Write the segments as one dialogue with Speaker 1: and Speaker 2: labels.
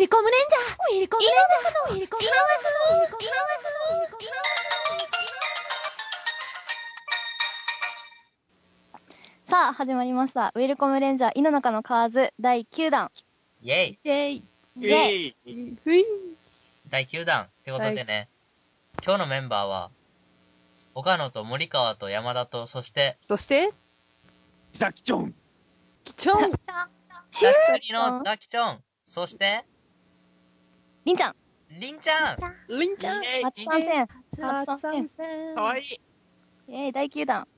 Speaker 1: り込むレンジャーウィリコムレンジャーウィリコムレンジャー
Speaker 2: さあ始まりました「ウェルコムレンジャー井の中のカーズ」第9弾
Speaker 3: イェイ
Speaker 1: イェイ
Speaker 2: で
Speaker 4: えい
Speaker 1: ふい
Speaker 3: 第9弾ってことでね、今日のメンバーは、岡野と森川と山田と、そして、
Speaker 1: そして
Speaker 4: ザキチョン
Speaker 1: キチョン
Speaker 3: ザキチのザキチョン、そして、
Speaker 2: りんちゃん
Speaker 3: りんちゃん
Speaker 1: リンちゃん
Speaker 4: え
Speaker 2: 初参戦
Speaker 1: 初参
Speaker 4: い
Speaker 1: 戦
Speaker 4: かわいい
Speaker 2: イェーイ第9弾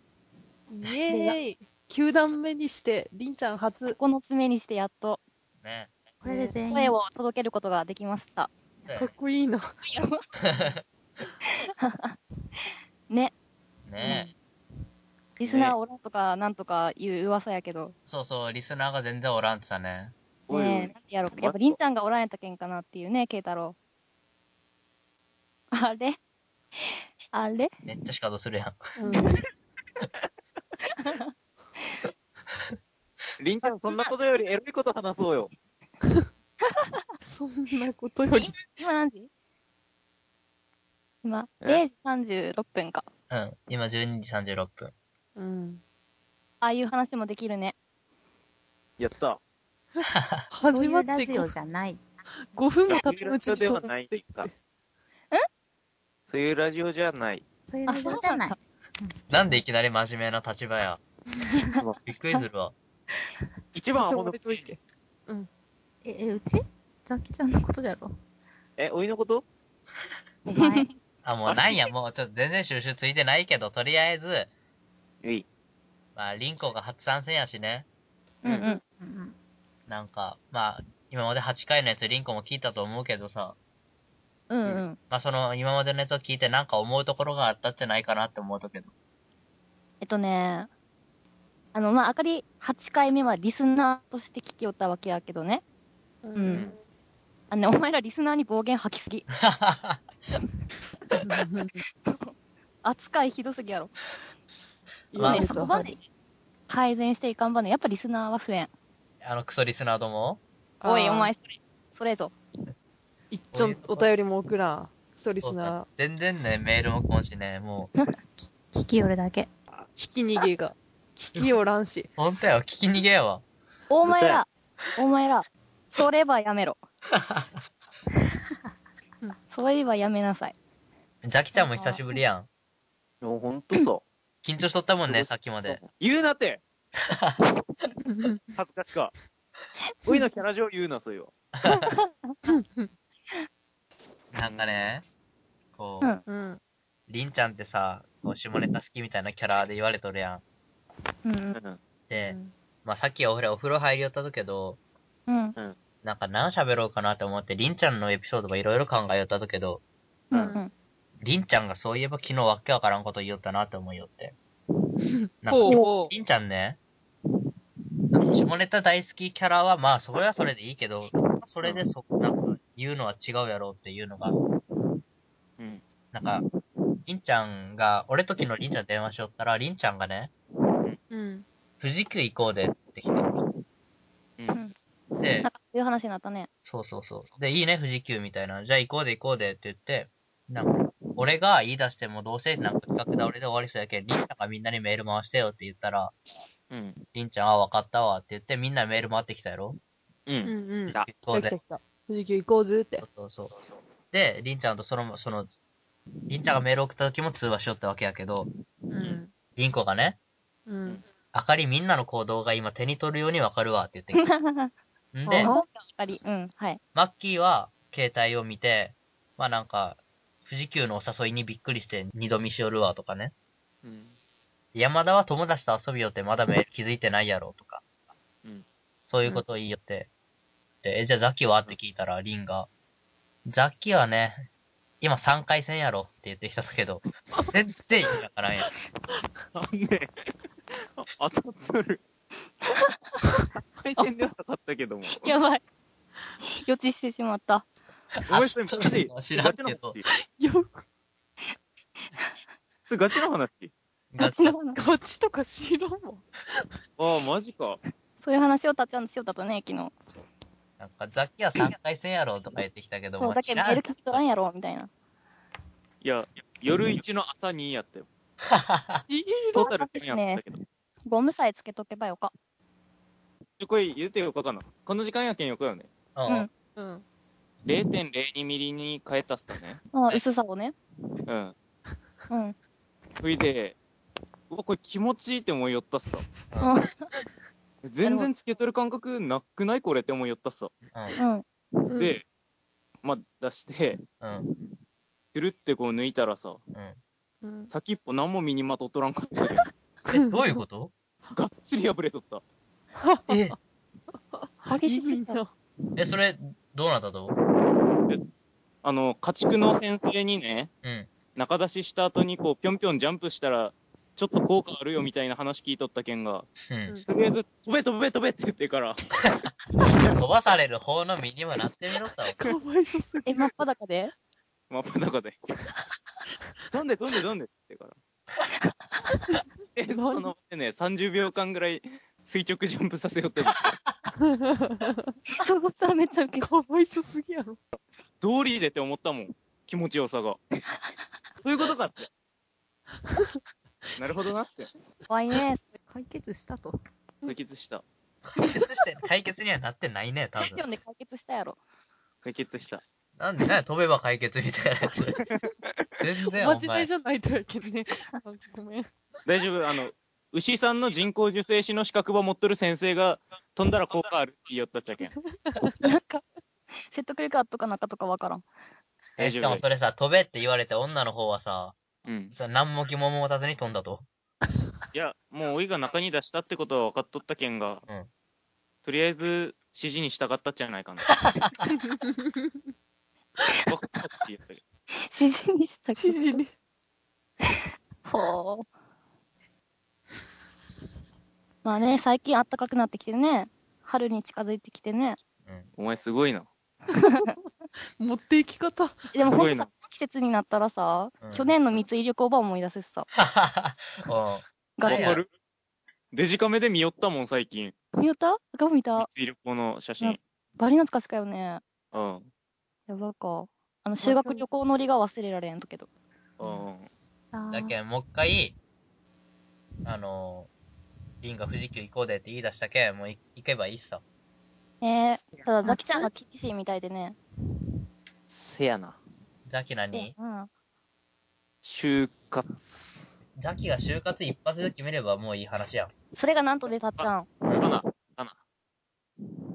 Speaker 1: イエーイ9段目にしてりんちゃん初
Speaker 2: 9つ目にしてやっと
Speaker 3: ね。
Speaker 5: これで全員
Speaker 2: 声を届けることができました
Speaker 3: そうや
Speaker 1: かっこいいな
Speaker 2: ね
Speaker 3: ねね
Speaker 2: リスナーおらんとかなんとかいう噂やけど
Speaker 3: そうそう、リスナーが全然おらんってたね。
Speaker 4: おいおい
Speaker 2: ねえなんでやろうかやっぱりんちゃんがおらんやったけんかなっていうね慶太郎あれあれ
Speaker 3: めっちゃシカトするやん。
Speaker 1: うん
Speaker 4: りんちゃんそんなことよりエロいこと話そうよ
Speaker 1: そんなことより
Speaker 2: 今何時今
Speaker 4: え
Speaker 2: 0時36分か
Speaker 3: うん。今12時36分。
Speaker 1: うん
Speaker 2: ああいう話もできるね
Speaker 4: やった
Speaker 5: こう
Speaker 1: 始
Speaker 5: い
Speaker 1: まっ
Speaker 5: う
Speaker 1: て
Speaker 5: ラジオ
Speaker 1: 5
Speaker 5: じゃない。
Speaker 1: 分も
Speaker 4: そ
Speaker 1: 経
Speaker 4: うい
Speaker 1: たな
Speaker 4: う
Speaker 1: いう
Speaker 4: ラ
Speaker 1: ち
Speaker 4: ジ
Speaker 1: に
Speaker 4: オ
Speaker 1: そ
Speaker 4: で
Speaker 1: う
Speaker 4: は
Speaker 1: な
Speaker 4: な
Speaker 1: っ
Speaker 4: い
Speaker 1: てき
Speaker 4: か
Speaker 1: て
Speaker 4: そういうラジオじゃない
Speaker 5: そういうラジオじゃない
Speaker 2: あ。
Speaker 3: なんでいきなり真面目な立 場や。びっくりするわ。
Speaker 4: 一番は
Speaker 1: 誘
Speaker 4: ほん
Speaker 1: わ
Speaker 4: の
Speaker 1: れといて
Speaker 5: え、え、うちザキちゃんのことだろ。
Speaker 4: えおいのこと
Speaker 5: お前。
Speaker 3: あ、もうなんや、もうちょっと全然収集ついてないけど、とりあえず、
Speaker 4: うい
Speaker 3: まあ、リンコが初参戦やしね。
Speaker 2: うんうん
Speaker 5: うん
Speaker 3: なんか、まあ、今まで8回のやつ、リンコも聞いたと思うけどさ、
Speaker 2: うんうん
Speaker 3: まあその、今までのやつを聞いてなんか思うところがあったんじゃないかなって思うとけど。
Speaker 2: えっとね、あの、まあ、あかり8回目はリスナーとして聞きおったわけやけどね。
Speaker 1: うん
Speaker 2: うんあのね、お前らリスナーに暴言吐きすぎ。扱いひどすぎやろ。
Speaker 3: まあ
Speaker 2: ね、そこまで改善していかんばね。やっぱリスナーは増えん。
Speaker 3: あのクソリスナーども
Speaker 2: おい、お前、
Speaker 1: い
Speaker 2: それ、それぞ。
Speaker 1: っちょんお便りも送らんそうリスナ
Speaker 3: 全然ね、メールも来んしね、もう、
Speaker 5: 聞きよるだけ。
Speaker 1: ー聞き逃げが聞きよらんし
Speaker 3: ほんとやわ、聞き逃げやわ。
Speaker 2: お前ら、お前ら、それはやめ ろ。それはやめなさい。
Speaker 3: ザキちゃんも久しぶりやん。
Speaker 4: もうほんと
Speaker 3: 緊張しとったもんね、さっきま
Speaker 4: だ
Speaker 3: で。
Speaker 4: 言うなって恥ずかしかおいのキャラ上言うなそういう
Speaker 3: なんかね、こう、
Speaker 2: うん
Speaker 1: うん
Speaker 3: リンちゃんってさ、こう、下ネタ好きみたいなキャラで言われとるやん。
Speaker 2: うん
Speaker 4: うん
Speaker 3: で、
Speaker 1: うん
Speaker 3: まあさっきお風呂、お風呂入りよったとけど、
Speaker 2: うん。うん
Speaker 3: なんか何喋ろうかなって思って、リンちゃんのエピソードがいろいろ考えよったとけど、
Speaker 2: うん
Speaker 1: う
Speaker 2: うん。
Speaker 3: りんちゃんがそういえば昨日わけわからんこと言おったなって思い よって。なん
Speaker 1: ほう
Speaker 3: か、
Speaker 1: ほ
Speaker 3: りんちゃんね、なんか下ネタ大好きキャラは、まあそれはそれでいいけど、それでそ、なんか言うのは違うやろうっていうのが、
Speaker 4: うん
Speaker 3: なんか、りんちゃんが、俺と昨日りんちゃん電話しよったら、りんちゃんがね、
Speaker 1: ううん
Speaker 3: 富士急行こうでって来て
Speaker 4: うん
Speaker 3: で
Speaker 2: なん、か、そういう話になったね。
Speaker 3: そうそうそう。で、いいね、富士急みたいな。じゃあ行こうで行こうでって言って、なんか、俺が言い出してもどうせなんか企画倒れで終わりそうやけん、りんちゃんがみんなにメール回してよって言ったら、
Speaker 4: うん
Speaker 3: りんちゃん、あ、わかったわって言ってみんなメール回ってきたやろ
Speaker 4: う
Speaker 1: うんんうん来
Speaker 4: 来た
Speaker 3: そう
Speaker 1: た来
Speaker 3: で
Speaker 1: た。来た富士急行こうぜって
Speaker 3: そうそうそう。で、りんちゃんとその、その、りんちゃんがメール送った時も通話しよったわけやけど、
Speaker 1: うん
Speaker 3: りんこがね、
Speaker 1: うん
Speaker 3: あかりみんなの行動が今手に取るようにわかるわって言って きたんで
Speaker 1: あ、
Speaker 2: 今回り、うん、はい。
Speaker 3: マッキーは携帯を見て、まあなんか、富士急のお誘いにびっくりして二度見しよるわとかね。
Speaker 4: うん
Speaker 3: 山田は友達と遊びよってまだメール気づいてないやろとか。
Speaker 4: うん
Speaker 3: そういうことを言いよって。で、え、じゃあザキはって聞いたら、リンが、ザキはね、今3回戦やろって言ってきたけど、全然意味わからんやん。
Speaker 4: あんねあ当たってる回線ではなかったけども
Speaker 2: やばい。予知してしまった。
Speaker 4: ごめんなさい、マジ
Speaker 3: 知らんけど。
Speaker 1: よく
Speaker 4: それガチの話。
Speaker 3: ガ
Speaker 2: ガ
Speaker 3: チ
Speaker 2: チ
Speaker 3: の
Speaker 2: の話。
Speaker 1: ガチとか知らんもん
Speaker 4: ああ、マジか。
Speaker 2: そういう話をたっちゃんしよったとね、昨日。
Speaker 3: なんか、ザキは3回戦やろとか言ってきたけど
Speaker 2: そう、
Speaker 3: も、
Speaker 2: だけ
Speaker 3: 知
Speaker 2: ど
Speaker 3: らん
Speaker 2: メール聞き取らんやろ、みたいな。
Speaker 4: いや、夜1の朝2やったよ。
Speaker 1: ち
Speaker 4: トータル1000やったけど。
Speaker 2: ゴムさえつけとけばよか。
Speaker 4: ちょこい言うてよかかな。この時間やけんよかよね。
Speaker 3: うん
Speaker 2: うん。
Speaker 1: うん。
Speaker 4: 0.02ミリに変えたっすかね。
Speaker 2: ああ薄さをね。
Speaker 4: うん。
Speaker 2: うん。
Speaker 4: そいで、うわ、これ気持ちいいって思いよったっさ。
Speaker 2: そう。
Speaker 4: 全然つけとる感覚なくないこれって思いよったっさ。
Speaker 2: うん。
Speaker 1: うん、
Speaker 4: で、まあ出して、
Speaker 3: うん。うん。
Speaker 4: トゥルってこう抜いたらさ、
Speaker 1: うん、
Speaker 4: 先っぽ何も身にまとっとらんかったよ。
Speaker 3: え、どういうこと
Speaker 4: がっつり破れとった。
Speaker 3: え、
Speaker 2: 激しすぎた。
Speaker 1: の。
Speaker 3: え、それ、どうなったと
Speaker 4: あの、家畜の先生にね、
Speaker 3: うん。
Speaker 4: 中出しした後にこう、ぴょんぴょんジャンプしたら、ちょっと効果あるよみたいな話聞いとったけんが、
Speaker 3: うん。
Speaker 4: とりあえず、飛べ飛べ飛べって言ってから、
Speaker 3: 飛ばされる方の身にもなってみろさ。
Speaker 1: かわいそうすぎ
Speaker 2: え、真っ裸で
Speaker 4: 真っ裸で。飛んで飛んで飛んでって言ってから。で、その場でね、30秒間ぐらい垂直ジャンプさせようって、
Speaker 2: そうしたらめっちゃウケ
Speaker 1: かわいそうすぎやろ。
Speaker 4: ドーリーでって思ったもん。気持ちよさが。そういうことかって。なるほどなって。
Speaker 2: 怖いね。
Speaker 5: 解決したと。
Speaker 4: 解決した。
Speaker 3: 解決して、 解決にはなってないね、多
Speaker 2: 読
Speaker 3: 分。
Speaker 2: んで解決したやろ。
Speaker 4: 解決した。
Speaker 3: なんで、なんで飛べば解決みたいなやつ。全然、
Speaker 1: おま
Speaker 3: お
Speaker 1: じない
Speaker 3: 前。
Speaker 1: じゃないとやけんね。あごめん。
Speaker 4: 大丈夫あの、牛さんの人工授精師の資格ば持っとる先生が飛んだら効果あるって言いよったっちゃけん。
Speaker 2: なんか、説得力あったかなかとかわからん。
Speaker 3: え、しかもそれさ、飛べって言われて女の方はさ、
Speaker 4: うん。
Speaker 3: それ何も疑問も持たずに飛んだと。
Speaker 4: いや、もうおいが中に出したってことは分かっとったけんが、
Speaker 3: うん
Speaker 4: とりあえず指示に従ったっちゃないかな。分かったって言ったけど
Speaker 2: 指示にした
Speaker 1: 指示に。
Speaker 2: ほう。まあね、最近暖かくなってきてね。春に近づいてきてね。
Speaker 4: お前すごいな。
Speaker 1: 持っていき方。
Speaker 2: でも
Speaker 4: す
Speaker 2: ほ
Speaker 4: ご
Speaker 2: ん
Speaker 4: い
Speaker 2: と
Speaker 4: な
Speaker 2: さ、季節になったらさ、
Speaker 3: うん
Speaker 2: 去 年の三井旅行ば思い出せっさ。
Speaker 3: うん。
Speaker 2: ガ
Speaker 4: わ
Speaker 2: チ
Speaker 4: か
Speaker 2: で。
Speaker 4: るデジカメで見よったもん、最近。
Speaker 2: 見よったガム見た
Speaker 4: 三井旅行の写真。
Speaker 2: バリ懐かしかよね。
Speaker 4: うん。
Speaker 2: やばいか。あの、修学旅行乗りが忘れられんとけど。
Speaker 4: うん。
Speaker 5: あ
Speaker 3: だけん、もう一回、あのー、リンが富士急行こうでって言い出したけん、もうい行けばいいっさ。
Speaker 2: えー、ただザキちゃんが厳しいみたいでね。
Speaker 4: せやな。
Speaker 3: ザキ何
Speaker 2: うん。
Speaker 4: 就活。
Speaker 3: ザキが就活一発で決めればもういい話やん。
Speaker 2: それがなんとでたっちゃん。
Speaker 3: うん。
Speaker 4: かな、かな。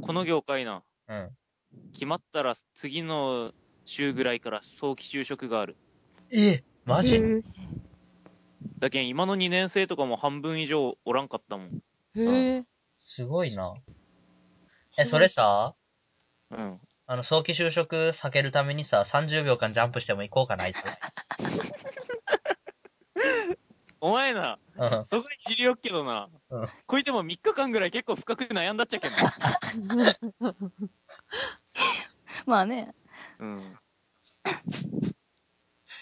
Speaker 4: この業界な、
Speaker 3: うん。
Speaker 4: 決まったら次の週ぐらいから早期就職がある。
Speaker 3: えマ
Speaker 1: へ
Speaker 3: ジ
Speaker 1: ー
Speaker 4: だけん今の2年生とかも半分以上おらんかったもん。
Speaker 1: へえ。
Speaker 3: すごいな。え、それさ、
Speaker 4: うん。
Speaker 3: あの、早期就職避けるためにさ、30秒間ジャンプしても行こうか ないと。
Speaker 4: お前な、
Speaker 3: うん。
Speaker 4: そこに知りよっけどな、
Speaker 3: うん
Speaker 4: こいても3日間ぐらい結構深く悩んだっちゃけんな。
Speaker 2: まあね。
Speaker 4: うん。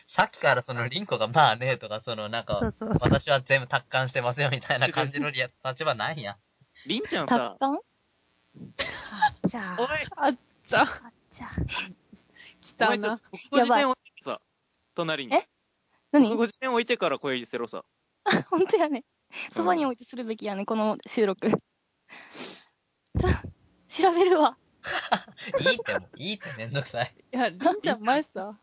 Speaker 3: さっきからそのリンコがまあねとか、そのなん
Speaker 5: そ
Speaker 3: か、
Speaker 5: うそうそう。
Speaker 3: 私は全部達観してますよみたいな感じのリア立場ないや。
Speaker 4: りんちゃん
Speaker 2: たっ
Speaker 4: さ、
Speaker 2: たん
Speaker 5: じゃ
Speaker 4: おい
Speaker 5: あ、、
Speaker 1: あっちゃ、
Speaker 5: じゃあ、
Speaker 1: 来
Speaker 4: お
Speaker 1: た
Speaker 4: 前ちょっ
Speaker 1: な
Speaker 4: と。国語辞典置いてさ、隣に
Speaker 2: え。何
Speaker 4: 国語辞典置いてから声せろさ。
Speaker 2: 本当やね。そばに置いてするべきやね、この収録。ちょ、調べるわ。
Speaker 3: いいってもう、いいってめんどくさい。
Speaker 1: いや、りんちゃん前さ、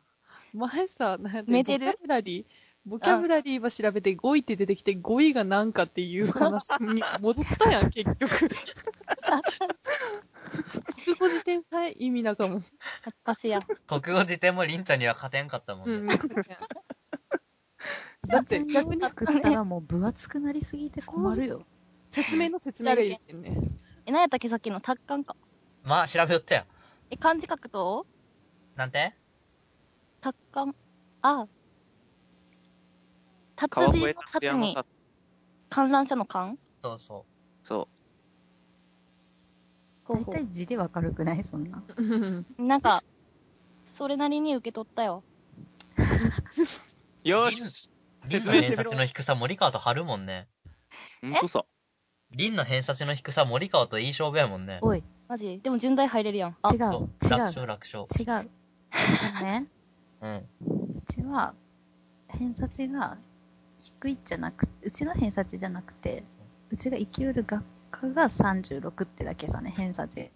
Speaker 1: 前さ、なんや
Speaker 2: 寝てる
Speaker 1: ボキャブラリーボキャブラリーは調べて5位って出てきて5位が何かっていう話に 戻った やん、結局。国語辞典さえ意味なかも。
Speaker 2: 懐かしいや。
Speaker 3: 国語辞典もリンちゃんには勝てんかったもんね。
Speaker 1: うん。
Speaker 5: だ
Speaker 1: って逆に
Speaker 5: 作ったらもう分厚くなりすぎて困るよ。
Speaker 1: 説明の説明がいるけんね。
Speaker 2: え、なんやったっけさっきの達観か。
Speaker 3: まあ、調べよったよ。
Speaker 2: え、漢字書くと
Speaker 3: なんて
Speaker 2: 達観。あ。達
Speaker 4: 川
Speaker 2: 人
Speaker 4: 越
Speaker 2: の達
Speaker 4: 立山
Speaker 2: に
Speaker 4: か。
Speaker 2: 観覧車の観
Speaker 3: そうそ
Speaker 4: そ
Speaker 5: 大体字でわかるくないそんな。
Speaker 1: うん。
Speaker 2: なんか、それなりに受け取ったよ。
Speaker 4: う。よーし。
Speaker 3: う。リン
Speaker 4: 説
Speaker 3: の
Speaker 4: 明してみ
Speaker 3: 偏
Speaker 4: ろ
Speaker 3: 差値の低さ、森川と張るもんね。
Speaker 4: ほんとさ。
Speaker 3: リンの偏差値の低さ、森川といい勝負やもんね。
Speaker 5: おい、
Speaker 2: マジでも順大入れるやん。あ
Speaker 5: 違、う。
Speaker 3: そう
Speaker 5: 違
Speaker 3: 楽
Speaker 5: う。
Speaker 3: 勝楽勝。
Speaker 5: 違う。あのね、
Speaker 3: うん。
Speaker 5: うちは、偏差値が低いじゃなく、うちの偏差値じゃなくて、うちが生きうる学科が36ってだけさね、偏差値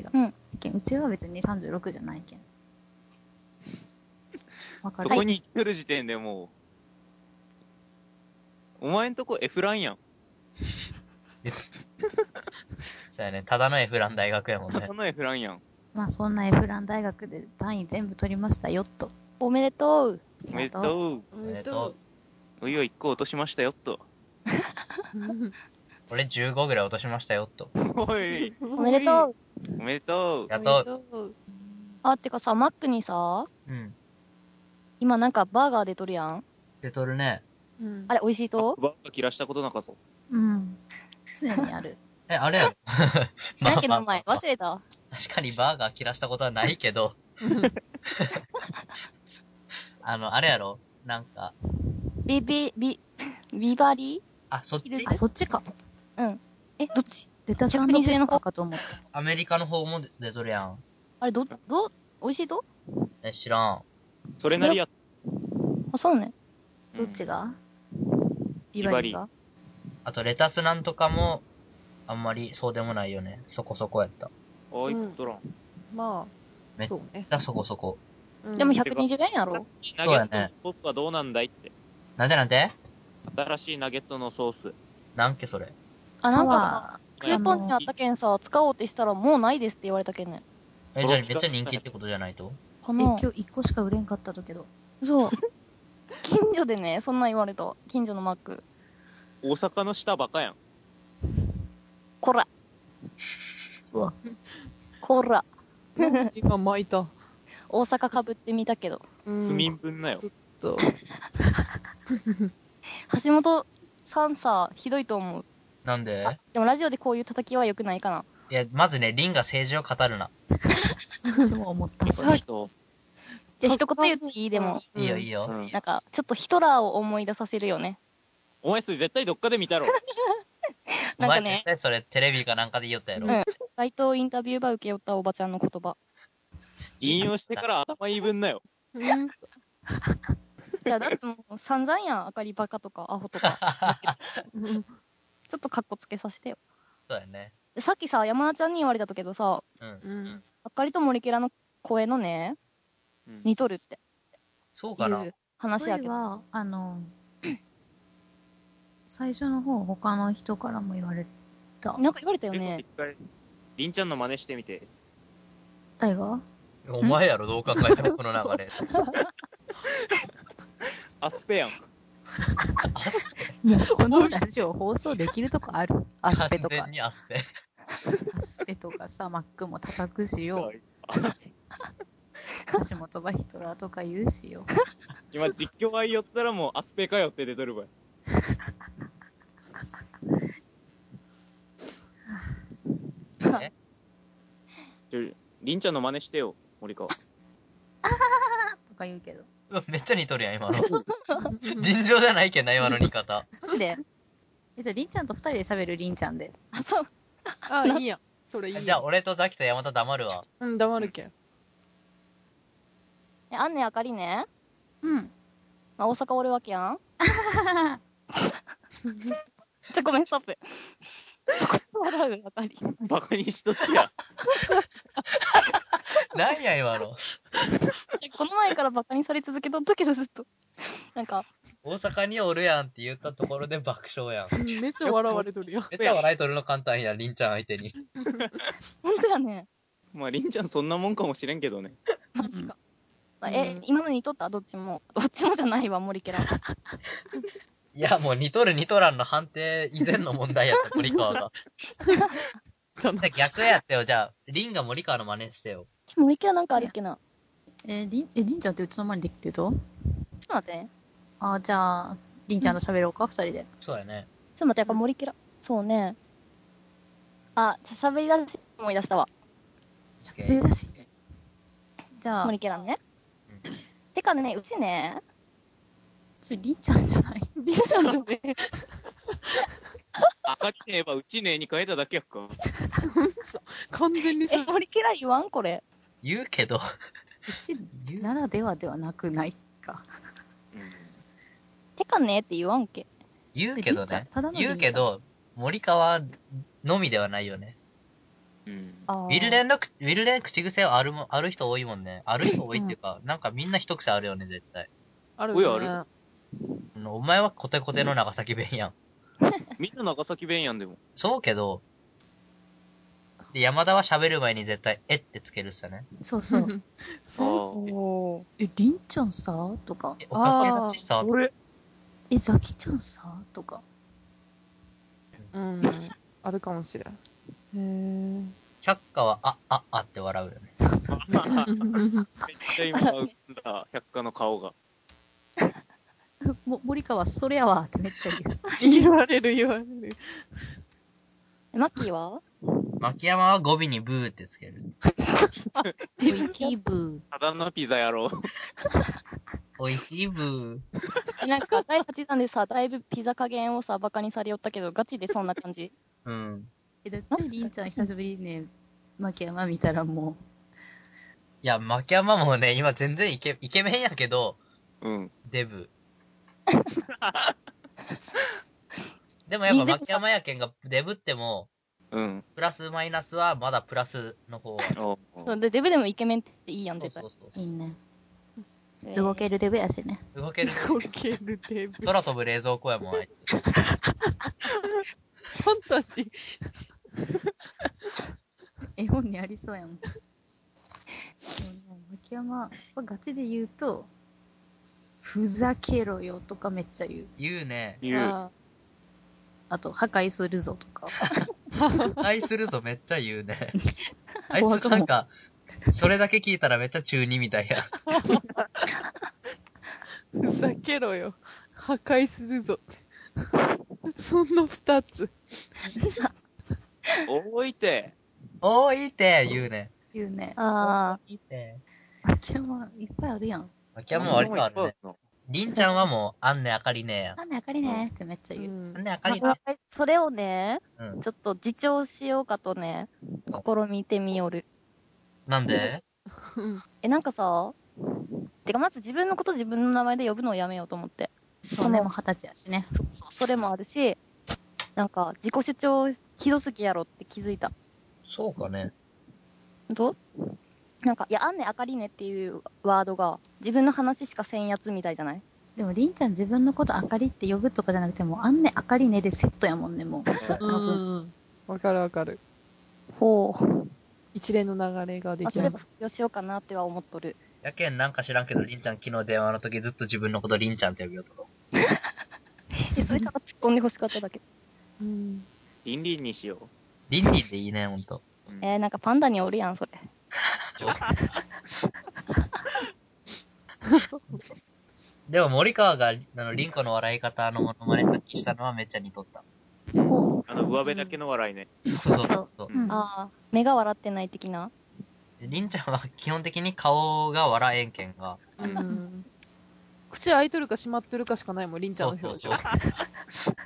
Speaker 5: が。
Speaker 2: うん
Speaker 5: けんうちは別に36じゃないけん。わか
Speaker 4: そ
Speaker 5: る
Speaker 4: こに来る時点でもう、お前んとこ F ラインやん。
Speaker 3: そうやね。ただのエフラン大学やもんね
Speaker 4: そ。の F ラインやん。
Speaker 5: まあそんなエフラン大学で単位全部取りましたよっと。
Speaker 2: おめでとう。
Speaker 4: おめでと
Speaker 1: お
Speaker 3: めでと
Speaker 4: う。ういを1個落としましたよ、と。
Speaker 1: う。
Speaker 3: 俺15ぐらい落としましたよ、と。
Speaker 4: おい、
Speaker 2: おめでと
Speaker 1: う。
Speaker 2: う。
Speaker 4: おめでとう。
Speaker 3: やっと
Speaker 1: う。
Speaker 2: あ、てかさ、マックにさ、
Speaker 3: う。うん。
Speaker 2: 今なんかバーガーでとるやん。
Speaker 3: で、取るね。
Speaker 1: うん
Speaker 2: あれ、美味しいと
Speaker 4: バカ切らしたことなかぞ。
Speaker 5: うん。常にあ る。
Speaker 3: え、あれやろ。
Speaker 2: なんやっけ名 前
Speaker 3: まあ
Speaker 2: 忘れた。
Speaker 3: 確かにバーガー切らしたことはない けど、あの、あれやろ。なんか、
Speaker 2: ビビ、ビ、 ビバリー
Speaker 3: あ、そっち
Speaker 5: あ、そっちか。
Speaker 2: うん。え、どっち
Speaker 5: レタスペッパーかと思った。
Speaker 3: アメリカの方も出とるやん。
Speaker 2: あれ、ど、ど、美味しいと
Speaker 3: え、知らん。
Speaker 4: それなりや。
Speaker 2: あ、そうね。
Speaker 5: どっち
Speaker 4: が
Speaker 5: がビ
Speaker 4: バリー
Speaker 5: が
Speaker 3: あと、レタスなんとかも、あんまりそうでもないよね。そこそこやった。
Speaker 4: おい、
Speaker 1: うん
Speaker 4: ドラン。
Speaker 1: まあ、
Speaker 3: め
Speaker 1: そうね。
Speaker 3: じゃあそこそこ。
Speaker 1: うん
Speaker 2: でも120円やろ。
Speaker 4: ナゲ
Speaker 3: そうや
Speaker 4: ッ
Speaker 3: ね
Speaker 4: トのソースはどうなんだいって。
Speaker 3: なんでなんで
Speaker 4: 新しいナゲットのソース。
Speaker 3: なんけそれ。
Speaker 2: あなんか
Speaker 5: か、
Speaker 2: クーポンにあったけんさ、使おうってしたらもうないですって言われたけんね。
Speaker 3: え、じゃあめっちゃ人気ってことじゃないと
Speaker 2: こ
Speaker 5: え、今
Speaker 2: の
Speaker 5: 日、1個しか売れんかっただけど。
Speaker 2: そう。近所でね、そんなん言われた。近所のマック。
Speaker 4: 大阪の下バカやん。
Speaker 2: こら。
Speaker 5: う わ。
Speaker 2: こら。
Speaker 1: 今巻いた。
Speaker 2: 大阪かぶってみたけど。
Speaker 1: うん
Speaker 4: 不眠分なよ。
Speaker 1: と。
Speaker 2: 橋本さんさ、ひどいと思う。
Speaker 3: なんで
Speaker 2: あでもラジオでこういう叩きは良くないかな。
Speaker 3: いや、まずね、リンが政治を語るな。
Speaker 5: 私も思った。
Speaker 1: さっき
Speaker 4: と、
Speaker 2: じゃあ一言言っていいでも。
Speaker 1: うん
Speaker 3: いいよ、いいよ。
Speaker 4: うん
Speaker 2: なんか、ちょっとヒトラーを思い出させるよね。
Speaker 4: お前それ絶対どっかで見たろ。
Speaker 3: お
Speaker 2: なんか
Speaker 3: 前
Speaker 2: ね
Speaker 3: 絶、対それテレビかなんかで言おったやろ。
Speaker 2: うん。街頭インタビューば受け負ったおばちゃんの言葉。
Speaker 4: 引用してから頭言い分なよ。
Speaker 1: うん
Speaker 2: じゃあ、だってもう散々やん。あかりバカとかアホとか。
Speaker 1: うん
Speaker 2: ちょっとカッコつけさせてよ。
Speaker 3: そうやね。
Speaker 2: さっきさ、山田ちゃんに言われたけどさ、
Speaker 3: うん。
Speaker 1: うん
Speaker 2: あかりと森ケラの声のね、
Speaker 4: うん
Speaker 2: 似とるって
Speaker 3: そう
Speaker 2: い
Speaker 3: かな。
Speaker 2: う話やけ
Speaker 5: それ
Speaker 2: ど。
Speaker 5: は、あの、 最初の方、他の人からも言われた。
Speaker 2: なんか言われたよ
Speaker 4: でも
Speaker 2: ね
Speaker 4: 一。回、りんちゃんの真似してみて。
Speaker 5: 誰が
Speaker 3: お前やろ、どう考えてもこの流れ。
Speaker 4: アスペやん。
Speaker 5: いや、このラジオ放送できるとこある。アス
Speaker 3: 完
Speaker 5: ペとか
Speaker 3: 全、にアスペ。
Speaker 5: アスペとかさ、マックも叩くしよ。
Speaker 4: あ
Speaker 5: 橋本がヒトラーとか言うしよ。
Speaker 4: 今実況愛寄ったらもうアスペかよって出とるばい。
Speaker 3: え
Speaker 4: ちょりんちゃんの真似してよ、森 川。
Speaker 5: とか言うけど。
Speaker 3: うわめっちゃ似とるやん、今の。尋常じゃないけんな、今の似方。
Speaker 5: なんでえ、じゃあ、りんちゃんと二人で喋るりんちゃんで。
Speaker 2: あ、そう。
Speaker 1: あ、いいやん。それいいやん。
Speaker 3: じゃあ、俺とザキと山田黙るわ。
Speaker 1: うん、黙るけん。
Speaker 2: えあんねあかりね。
Speaker 5: うん。
Speaker 2: まあ、大阪おるわけや ん。ちょ、ごめん、ストップ。そこ笑う、あかり。
Speaker 4: バカにしとってや。
Speaker 3: なんや、今の。
Speaker 2: この前からバカにされ続けとったけど、ずっと。なんか、
Speaker 3: 大阪におるやんって言ったところで爆笑やん。
Speaker 1: うんめっちゃ笑われとるやん。
Speaker 3: めっちゃ笑いとるの簡単やん、りんちゃん相手に。
Speaker 2: ほんとやね。
Speaker 4: まあ、りんちゃんそんなもんかもしれんけどね。
Speaker 2: マジか。
Speaker 1: うん
Speaker 2: え
Speaker 1: うん、
Speaker 2: 今のにとったどっちも。どっちもじゃないわ、森 ケラ。
Speaker 3: いや、もう似とる似とらんの判定以前の問題やった、森川が。
Speaker 1: だな
Speaker 3: じゃあ逆やってよ、じゃあ、りんが森川の真似してよ。
Speaker 2: 森ケラなんかあるっけな。
Speaker 5: えーりん、え、りんちゃんってうちの前にできてると
Speaker 2: ちょっと待ってね。
Speaker 5: あ、じゃあ、りんちゃんと喋ろうか、二人で。
Speaker 3: そうやね。
Speaker 2: ちょっと待って、やっぱ森ケラ。そうね。あ、しゃべり出し思い出したわ。
Speaker 5: え、だし。じゃあ、
Speaker 2: 森ケラね
Speaker 3: う。
Speaker 2: てかね、うちね、
Speaker 5: それりんちゃんじゃない。
Speaker 1: りんちゃんじゃね
Speaker 4: あかりねえばうちねえに変えただけやっか。
Speaker 1: 嘘完全にそ れ
Speaker 2: え、森嫌い言わんこれ。
Speaker 3: 言うけど、
Speaker 5: ち
Speaker 3: 言う
Speaker 5: ならではではなくないか。
Speaker 2: てかねって言わんけ。
Speaker 3: 言うけど
Speaker 5: りんちゃ
Speaker 3: ね
Speaker 5: んただ。のりんちゃ
Speaker 3: 言
Speaker 5: ん
Speaker 3: うけど、森川のみではないよね。
Speaker 4: うん。
Speaker 2: あ
Speaker 3: ウィルレンのく、ウィルレン口癖はあるもん、ある人多いもんね。ある人多いっていうか、なんかみんな一癖あるよね、絶対。
Speaker 1: ある
Speaker 4: おやあ
Speaker 1: ね。
Speaker 3: あのお前はコテコテの長崎弁やん。
Speaker 4: みんな長崎弁やんで も。
Speaker 3: そうけど、で、山田は喋る前に絶対、えってつけるっすよね。
Speaker 5: そうそう。
Speaker 1: そう。
Speaker 2: おー
Speaker 5: え、りんちゃんさとか、
Speaker 3: え男のちさ、
Speaker 4: 俺、
Speaker 5: え、ザキちゃんさとか。
Speaker 1: うん。あるかもしれん。へえ。
Speaker 3: 却下は、あ、あ、あって笑うよね。
Speaker 5: そうそうそう。
Speaker 4: めっちゃ今浮かんだ、百科の顔が。
Speaker 5: も森川、それやわってめっちゃ言う。
Speaker 1: 言われる言われる。
Speaker 2: えマッキーは
Speaker 3: 牧山は語尾にブーってつける。
Speaker 5: ウ ィキブ
Speaker 4: ただのピザやろ。
Speaker 3: 美味しいブー。
Speaker 2: えなんか、第8弾で さ、だいぶピザ加減をさ、バカにされよったけど、ガチでそんな感じ。
Speaker 3: うん。
Speaker 5: え、だってりんちゃん久しぶりにね、牧山見たらも
Speaker 3: いや、牧山もね、今全然イケ、イケメンやけど、
Speaker 4: うん。
Speaker 3: デブ。でもやっ
Speaker 2: い
Speaker 3: ぱ
Speaker 2: いでもさ
Speaker 3: 牧山やけんがデブっても、
Speaker 4: うん。
Speaker 3: プラスマイナスはまだプラスの方は。
Speaker 4: お
Speaker 2: そうで、デブでもイケメンっていいやん、
Speaker 3: そう
Speaker 2: 絶対
Speaker 3: そう。そう
Speaker 5: う、いいね。
Speaker 2: えー
Speaker 5: 動けるデブやしね。
Speaker 3: 動ける。
Speaker 1: こけるデブ。
Speaker 3: 空飛ぶ冷蔵庫やもん、あいつ。
Speaker 1: ファンタジー。
Speaker 5: 絵本にありそうやもん。でもね、牧山はガチで言うと、ふざけろよとかめっちゃ言う。
Speaker 3: 言うね。
Speaker 4: 言う。
Speaker 1: あ
Speaker 5: あと、破壊するぞとか。
Speaker 3: 愛するぞ、めっちゃ言うね。あいつなんか、それだけ聞いたらめっちゃ中二みたいや。
Speaker 1: ーふざけろよ。破壊するぞ。そんな二つ。
Speaker 4: おいて。
Speaker 3: おー、いいて言うね。
Speaker 5: 言う ね。
Speaker 2: あ
Speaker 3: いいて。
Speaker 5: 牧山いっぱいあるやん。
Speaker 3: 牧山も割とある
Speaker 4: そう
Speaker 3: ね。りんちゃんはもう、あんねあかりねえや。
Speaker 5: あんなあかりねってめっちゃ
Speaker 1: う
Speaker 5: 言う。
Speaker 1: ん
Speaker 3: あんねあか
Speaker 2: あ
Speaker 3: りね。
Speaker 2: それをね、
Speaker 3: うん。
Speaker 2: ちょっと自重しようかとね、試みてみよる。
Speaker 3: なんで
Speaker 2: え、なんかさ、てかまず自分のこと自分の名前で呼ぶのをやめようと思って。
Speaker 5: そうね、もう二十歳やしね。
Speaker 2: それもあるし、なんか自己主張ひどすぎやろって気づいた。
Speaker 3: そうかね。
Speaker 2: どうなんか、いや、あんねあかりねっていうワードが自分の話しかせんやつみたいじゃない
Speaker 5: でも、りんちゃん自分のことあかりって呼ぶとかじゃなくて、もうあんねあかりねでセットやもんね、もう。一つの文。
Speaker 1: うん。わかるわかる。
Speaker 2: ほう。
Speaker 1: 一連の流れがで
Speaker 2: あ、
Speaker 1: き
Speaker 2: そ
Speaker 1: な
Speaker 2: れ
Speaker 1: い
Speaker 2: ば。卒業しようかなっては思っとる。
Speaker 3: やけんなんか知らんけど、りんちゃん昨日電話の時ずっと自分のことりんちゃんって呼びよったと。
Speaker 2: えそれから 突っ込んで欲しかっただけ。
Speaker 1: うん。
Speaker 4: リンリンにしよう。
Speaker 3: りんりんでいいね、ほん と。
Speaker 2: えー、なんかパンダにおるやん、それ。
Speaker 3: でも森川が、あの、りんこの笑い方のモノマネさっきしたのはめっちゃ似とった。
Speaker 5: おう
Speaker 4: あの、上辺だけの笑いね。
Speaker 3: そうそうそうそう。
Speaker 5: うん。
Speaker 2: ああ、目が笑ってない的な。
Speaker 3: でりんちゃんは基本的に顔が笑えんけんが、
Speaker 1: うん。口開いとるか閉まっとるかしかないもん、りんちゃん
Speaker 3: そ
Speaker 1: の
Speaker 3: う
Speaker 1: 表
Speaker 3: そ
Speaker 1: 情。
Speaker 3: うそう。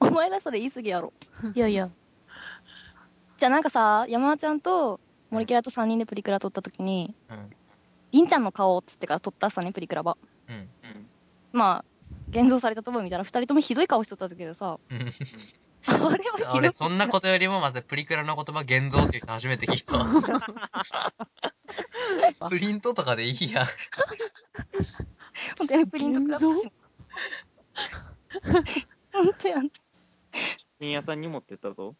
Speaker 2: お前らそれ言い過ぎやろ。
Speaker 5: いやいや、
Speaker 2: じゃあなんかさ、山田ちゃんと森キラと3人でプリクラ撮った時に、
Speaker 3: うん。
Speaker 2: りんちゃんの顔をつってから撮ったさね、プリクラば。
Speaker 3: うん。
Speaker 2: まあ、現像されたとこ見たら2人ともひどい顔しとった時でさ、
Speaker 3: うん
Speaker 2: あれはひどい
Speaker 3: 俺、そんなことよりも、まず、プリクラの言葉、現像って言って初めて聞いた。プリントとかでいいやん。
Speaker 2: 本当にプリントクラブ
Speaker 1: 現
Speaker 2: 本当やん。
Speaker 4: ン屋さんに持ってった ぞ。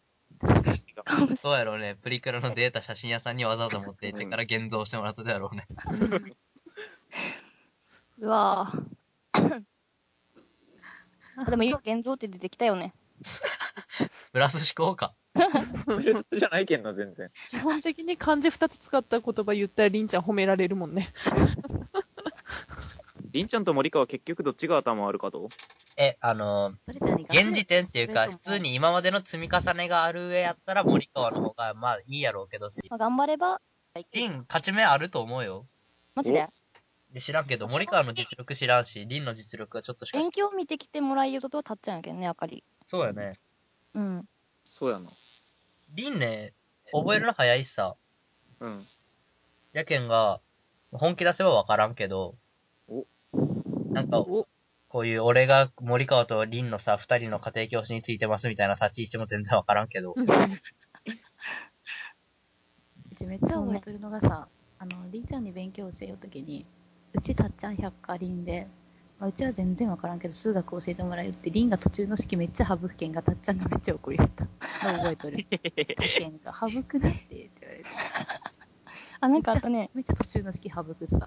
Speaker 3: そうやろうね。プリクラのデータ写真屋さんにわざわざ持って行ってから現像してもらったやろうね。
Speaker 2: うわぁ。あでも今現像って出てきたよね。
Speaker 3: プラス思考か。
Speaker 4: じゃないけんな、全然。
Speaker 1: 基本的に漢字二つ使った言葉言ったらりんちゃん褒められるもんね。
Speaker 4: リンちゃんと森川結局どっちが頭あるかと
Speaker 3: え、あの
Speaker 5: それって何か。
Speaker 3: 現時点っていうか、
Speaker 5: それとも
Speaker 3: 普通に今までの積み重ねがある上やったら、森川の方が、まあ、いいやろうけど、
Speaker 2: まあ、頑張れば、
Speaker 3: リン、勝ち目あると思うよ。
Speaker 2: マジで。
Speaker 3: で、知らんけど、森川の実力知らんし、リンの実力はちょっとしか知
Speaker 2: 勉強見てきてもらいようとはたっちゃんやけんね、あかり。
Speaker 3: そうやね。
Speaker 2: うん。
Speaker 4: そうやな。
Speaker 3: リンね、覚えるの早いしさ。
Speaker 4: うん。
Speaker 3: やけんが、本気出せばわからんけど、
Speaker 4: お
Speaker 3: なんか、
Speaker 1: お
Speaker 3: こういう俺が森川と凛のさ、二人の家庭教師についてますみたいな立ち位置も全然わからんけど、
Speaker 5: うちめっちゃ覚えとるのがさ、あの、りんちゃんに勉強教えようときに、うちたっちゃん百科りんで、まあ、うちは全然わからんけど、数学教えてもらえよって、りんが途中の式めっちゃ省くけんが、たっちゃんがめっちゃ怒りやった。の覚えとる。たけんが、省くなってって言われて。
Speaker 2: あ、なんかあとね、
Speaker 5: めっちゃ途中の式省くさ。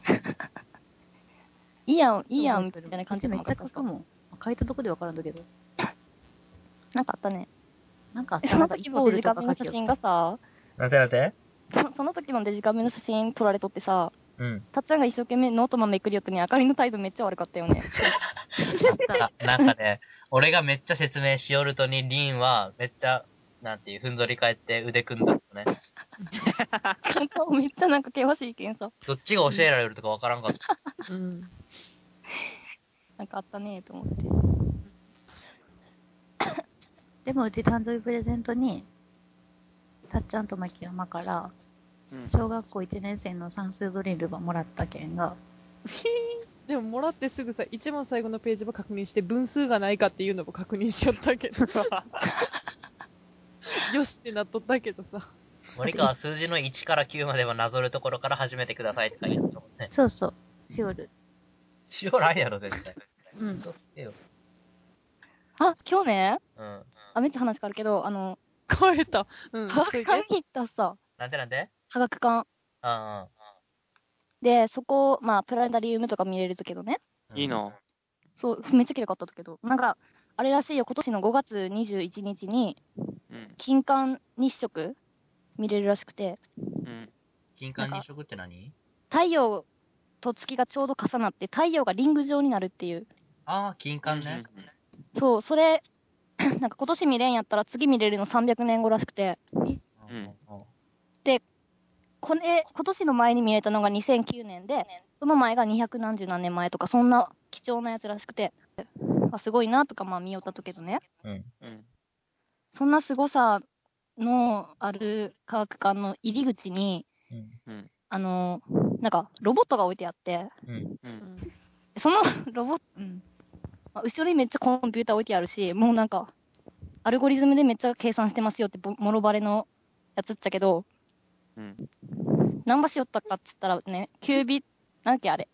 Speaker 2: いいやん、いいやん、みたいな感じ
Speaker 5: う
Speaker 2: で
Speaker 5: ちめっちゃ書く
Speaker 2: なんか
Speaker 5: もん。書いたとこでわからんだけど。
Speaker 2: あったね。
Speaker 5: なんか、
Speaker 2: その時のデジカメの写真
Speaker 5: が。
Speaker 2: がさ、
Speaker 3: なんてなんて
Speaker 2: そその時のデジカメの写真撮られとってさ、
Speaker 3: うん。
Speaker 2: たっちゃんが一生懸命ノートマンめくりよってに、あかりの態度めっちゃ悪かったよね。
Speaker 3: あなんかね、 俺がめっちゃ説明しよるとに、凛はめっちゃ、なんていう、ふんぞり返って腕組んだとね。
Speaker 2: 顔めっちゃなんか険しいけんさ、
Speaker 3: どっちが教えられるとかわからんか った。
Speaker 1: うん。
Speaker 2: なんかあったねと思って。
Speaker 5: でもうち誕生日プレゼントに、たっちゃんと牧山から、
Speaker 4: うん。
Speaker 5: 小学校1年生の算数ドリルばもらったけんが、
Speaker 1: でももらってすぐさ、一番最後のページば確認して、分数がないかっていうのも確認しよったけ ど。よしってなっとったけどさ。
Speaker 3: 森川は数字の1から9まではなぞるところから始めてくださいって書いてあったもんね。
Speaker 5: そうそう、しおる。
Speaker 3: しよらんやろ、絶対。
Speaker 5: うん。
Speaker 3: 嘘つけよ。
Speaker 2: あ、今日ね、
Speaker 3: うん。
Speaker 2: あ、めっちゃ話変わるけど、あの、
Speaker 1: 変えた。うん。
Speaker 2: 科
Speaker 1: そ
Speaker 2: 学
Speaker 1: れ
Speaker 2: 館
Speaker 1: で
Speaker 2: に行ったさ、
Speaker 3: なんてなんて
Speaker 2: 科学館。
Speaker 3: うんうん
Speaker 2: で、そこ、まあ、プラネタリウムとか見れるけどね。
Speaker 3: うん。
Speaker 4: いいな。
Speaker 2: そう、めっちゃ綺麗かったんだけど。なんか、あれらしいよ、今年の5月21日に、
Speaker 4: うん。
Speaker 2: 金環日食見れるらしくて、
Speaker 4: うん。
Speaker 3: 金環日食って何
Speaker 2: 太陽と月がちょうど重なって、太陽がリング状になるっていう。
Speaker 3: ああ、金環ね。
Speaker 4: うん
Speaker 2: そう、それ、 なんか今年見れんやったら次見れるの300年後らしくて、
Speaker 4: うんうん
Speaker 2: これ、今年の前に見れたのが2009年で、その前が200何十何年前とか、そんな貴重なやつらしくて、あすごいなとか、まあ見よったとけどね。
Speaker 3: うん。
Speaker 4: うん。
Speaker 2: そんな凄さのある科学館の入り口に、
Speaker 3: うん。
Speaker 2: あの、なんか、ロボットが置いてあって、
Speaker 3: うん。
Speaker 4: うん。
Speaker 2: そのロボット、
Speaker 5: うん。
Speaker 2: まあ後ろにめっちゃコンピューター置いてあるし、もうなんか、アルゴリズムでめっちゃ計算してますよってぼ、もろバレのやつっちゃけど、
Speaker 4: うん。
Speaker 2: 何ばしよったかっつったらね、キュービ、なんだっけあれ。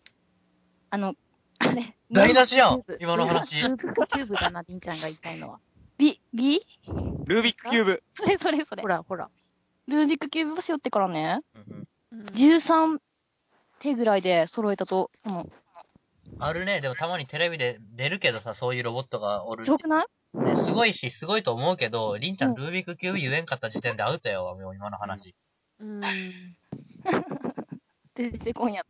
Speaker 2: あの、 あれ、
Speaker 3: 台無しやん
Speaker 5: キューブ
Speaker 3: 今の話
Speaker 5: キューブキューブだな、りんちゃんが言いたいのは。
Speaker 2: ビ、ビ
Speaker 4: ルービックキューブ。
Speaker 2: それそれそれ
Speaker 5: ほ。らほら。
Speaker 2: ルービックキューブばしよってからね、
Speaker 3: うん
Speaker 1: うん
Speaker 2: 13手ぐらいで揃えたと思う。
Speaker 3: あるね。でもたまにテレビで出るけどさ、そういうロボットがおるっ
Speaker 2: すごくない
Speaker 3: て、ね。すごいし、すごいと思うけど、りんちゃ
Speaker 2: うんん
Speaker 3: ルービックキューブ言えんかった時点でアウトやわ、もう今の話。
Speaker 1: うん。
Speaker 2: 出てこんや。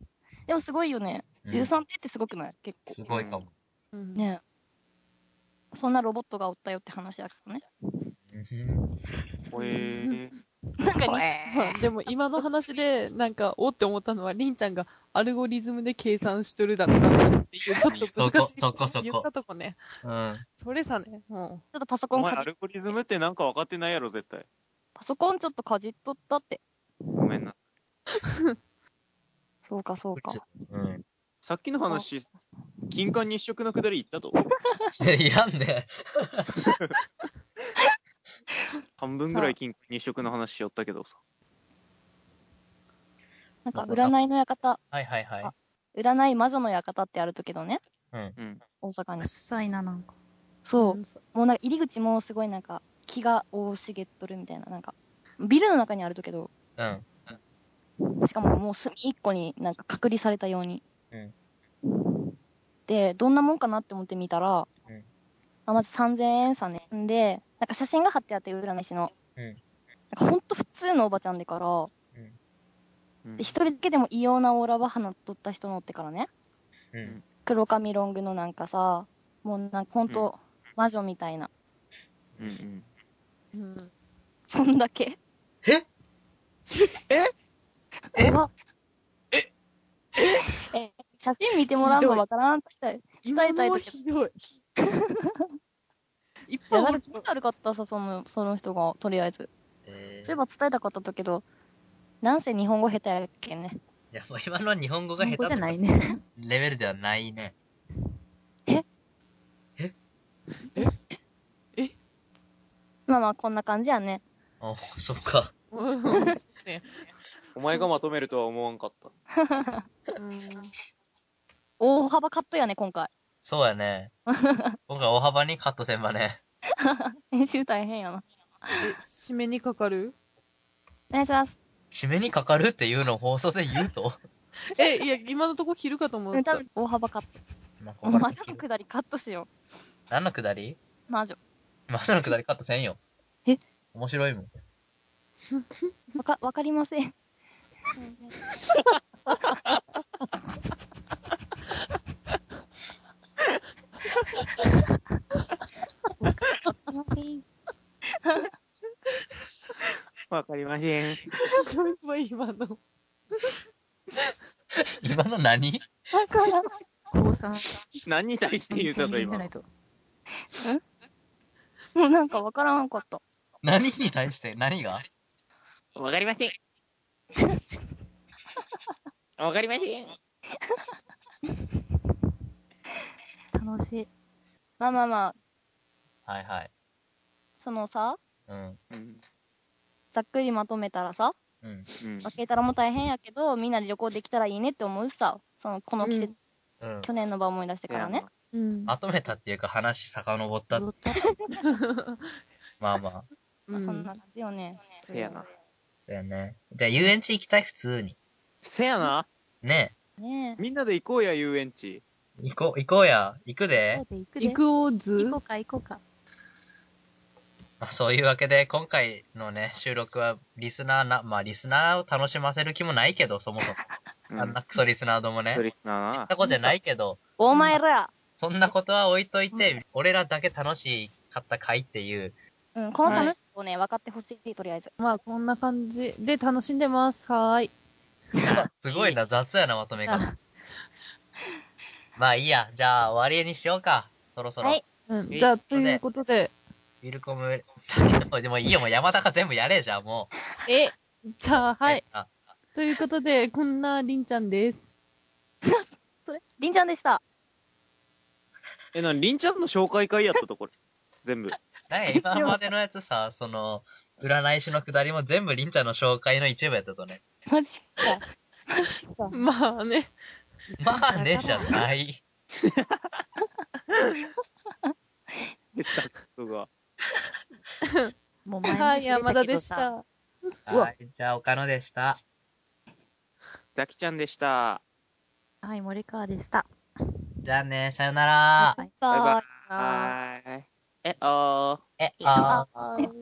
Speaker 2: でもすごいよね。
Speaker 3: うん
Speaker 2: 13手ってすごくない結
Speaker 3: す
Speaker 2: 構。
Speaker 3: ごいかも。
Speaker 1: うん。
Speaker 2: ねえそんなロボットがおったよって話やけどね。
Speaker 3: うん
Speaker 4: おえー。
Speaker 2: なんかに、
Speaker 1: ま あでも今の話で、なんか、おって思ったのは、りんちゃんがアルゴリズムで計算しとるだろうなっていう、ちょっと難しい
Speaker 3: そこそこそこ
Speaker 1: 言ったとこね。
Speaker 3: うん。
Speaker 1: それさね、も
Speaker 2: ちょっとパソコ
Speaker 4: お
Speaker 2: ン
Speaker 4: 前
Speaker 2: か
Speaker 4: ア
Speaker 2: じ、
Speaker 4: ルゴリズムってなんか分かってないやろ、絶対。
Speaker 2: パソコンちょっとかじっとったって。
Speaker 4: ごめんな。
Speaker 2: そうかそうか。
Speaker 3: うん。
Speaker 4: さっきの話、金環日食のくだり行ったと。
Speaker 3: いらんで。
Speaker 4: 半分ぐらい金環日食の話しよったけどさ。
Speaker 2: なんか占いの館、
Speaker 3: はいはいはい。
Speaker 2: 占い魔女の館ってあるとけどね。
Speaker 3: うん。
Speaker 4: うん。
Speaker 2: 大阪
Speaker 5: く
Speaker 2: に
Speaker 5: っ。さいな、なんか。
Speaker 1: う。
Speaker 2: そうう。
Speaker 1: んそ
Speaker 2: もうなんか入り口もすごいなんか木が大茂っとるみたいな。なんか、ビルの中にあるとけど、
Speaker 3: うん。
Speaker 2: しかももう隅っこになんか隔離されたように。
Speaker 3: うん
Speaker 2: で、どんなもんかなって思って見たら、
Speaker 3: うん
Speaker 2: あまず3000円さね。んで、なんか写真が貼ってあって、占い師の。
Speaker 3: うん
Speaker 2: なんかほんと普通のおばちゃんでから、
Speaker 4: うん
Speaker 2: で、一人だけでも異様なオーラば放っとった人のってからね、
Speaker 3: うん。
Speaker 2: 黒髪ロングのなんかさ、もうなんかほんと魔女みたいな。
Speaker 4: うんうん。
Speaker 1: ううん。
Speaker 2: そんだけ。
Speaker 3: え
Speaker 2: え、写 真見てもらうのわからんって。
Speaker 1: 今のはひどい。一
Speaker 2: いや、
Speaker 1: 本
Speaker 2: なんか気持ち悪かったさ、その、その人が、とりあえず。
Speaker 3: え
Speaker 2: そういえば
Speaker 3: ー、
Speaker 2: 伝えたかったんだけど、なんせ日本語下手やけんね。
Speaker 3: じゃあもう今のは日本語が
Speaker 5: 日
Speaker 3: 下
Speaker 5: 本
Speaker 3: 手と
Speaker 5: 語じゃ
Speaker 3: か
Speaker 5: な
Speaker 3: レ
Speaker 5: いね。
Speaker 3: ベルではないね。
Speaker 2: まあまあ、こんな感じやね。
Speaker 3: お、そっか。
Speaker 1: うんそうね
Speaker 4: お前がまとめるとは思わんかった。
Speaker 1: うん
Speaker 2: 大幅カットやね、今回。
Speaker 3: そう やね。今回大幅にカットせんばね。
Speaker 2: 編集大変やな。
Speaker 1: え締めにかかる
Speaker 2: お願いします。
Speaker 3: 締めにかかるっていうのを放送で言うと。
Speaker 1: え、いや、今のとこ切るかと思
Speaker 2: うん、
Speaker 1: っ
Speaker 2: 多
Speaker 1: た
Speaker 2: 分。大幅カット。
Speaker 3: まあここ
Speaker 2: 魔
Speaker 3: から
Speaker 2: 女のくだりカットしよ
Speaker 3: 何のくだり
Speaker 2: う。魔女。
Speaker 3: 魔女のくだりカットせんよ。
Speaker 2: え
Speaker 3: 面白いもん。
Speaker 2: わか、わかりません。
Speaker 4: わかりません。
Speaker 1: そういえば今の。
Speaker 3: 今の何
Speaker 2: わからん。
Speaker 5: 高三。
Speaker 4: 何に対して言うたと
Speaker 5: 大変じゃ
Speaker 4: 今
Speaker 5: ない。と。
Speaker 2: もうなんかわからんかった。
Speaker 3: 何に対して何が
Speaker 4: わかりません。わかりません。
Speaker 5: 楽しい。
Speaker 2: まあまあまあ、
Speaker 3: はいはい。
Speaker 2: そのさ、
Speaker 3: うん。
Speaker 4: うん。
Speaker 2: ざっくりまとめたらさ、
Speaker 3: うん。
Speaker 4: うん
Speaker 2: まあ、ケータラも大変やけど、みんなで旅行できたらいいねって思うしさ、その、この季節、
Speaker 1: うん
Speaker 3: うん。
Speaker 2: 去年の場思い出してからね。
Speaker 1: うん。
Speaker 3: まとめたっていうか話遡った。
Speaker 5: 踊 った
Speaker 3: まあまあ。
Speaker 2: まあ、そ
Speaker 1: な。
Speaker 2: んな感じよね。
Speaker 4: せやな。
Speaker 3: そうやね。じゃあ遊園地行きたい普通に。
Speaker 4: せやな。
Speaker 3: ね
Speaker 2: ね
Speaker 4: みんなで行こうや、遊園地。
Speaker 3: え。行こう、行こうや。行くで。
Speaker 5: 行くで
Speaker 1: 行くお
Speaker 5: 行
Speaker 1: ず
Speaker 5: こうか行こうか。
Speaker 3: まあ、そういうわけで、今回のね、収録は、リスナーな、まあ、リスナーを楽しませる気もないけど、そもそも。あんなクソリスナーどもね
Speaker 4: ト。リスナー
Speaker 3: 知っ
Speaker 4: な。
Speaker 3: たことじゃないけど、
Speaker 2: え。お前ら
Speaker 3: そんなことは置いといて、俺らだけ楽しかった回っていう、
Speaker 2: うん、この楽しさをね、分かってほしい、とりあえず。
Speaker 1: まあ、こんな感じで楽しんでます。はーい。
Speaker 3: すごいな、雑やな、まとめ 方。まあいいや、じゃあ終わりにしようか。そろそろ。
Speaker 2: はい
Speaker 1: うん。
Speaker 4: え
Speaker 1: じゃあ、ということで、
Speaker 3: ウィルコム、でもいいよ、もう山高全部やれ、じゃあもう。
Speaker 1: え、じゃあ、はい。
Speaker 3: あ。
Speaker 1: ということで、こんなりんちゃんです。
Speaker 2: それ、りんちゃんでした。
Speaker 4: え、なに、りんちゃんの紹介会やったところ。全部。
Speaker 3: なんや今までのやつさ、その、占い師のくだりも全部りんちゃんの紹介の一部やったとね。
Speaker 2: マジか。マジか。
Speaker 1: まあね。
Speaker 3: まあね、じゃない。
Speaker 4: そが。
Speaker 5: もう前も
Speaker 1: はい、
Speaker 5: 触れ
Speaker 1: 山田
Speaker 5: け
Speaker 1: で
Speaker 5: ど
Speaker 1: し
Speaker 5: さ
Speaker 1: た。うわ
Speaker 3: はい、じゃあ、岡野でした。
Speaker 4: ザキちゃんでした。
Speaker 5: はい、森川でした。
Speaker 3: じゃあね、さよなら。
Speaker 5: バイバイ
Speaker 4: バイ
Speaker 2: バイ
Speaker 4: バイ。え、あー。
Speaker 3: え、あー。
Speaker 1: あー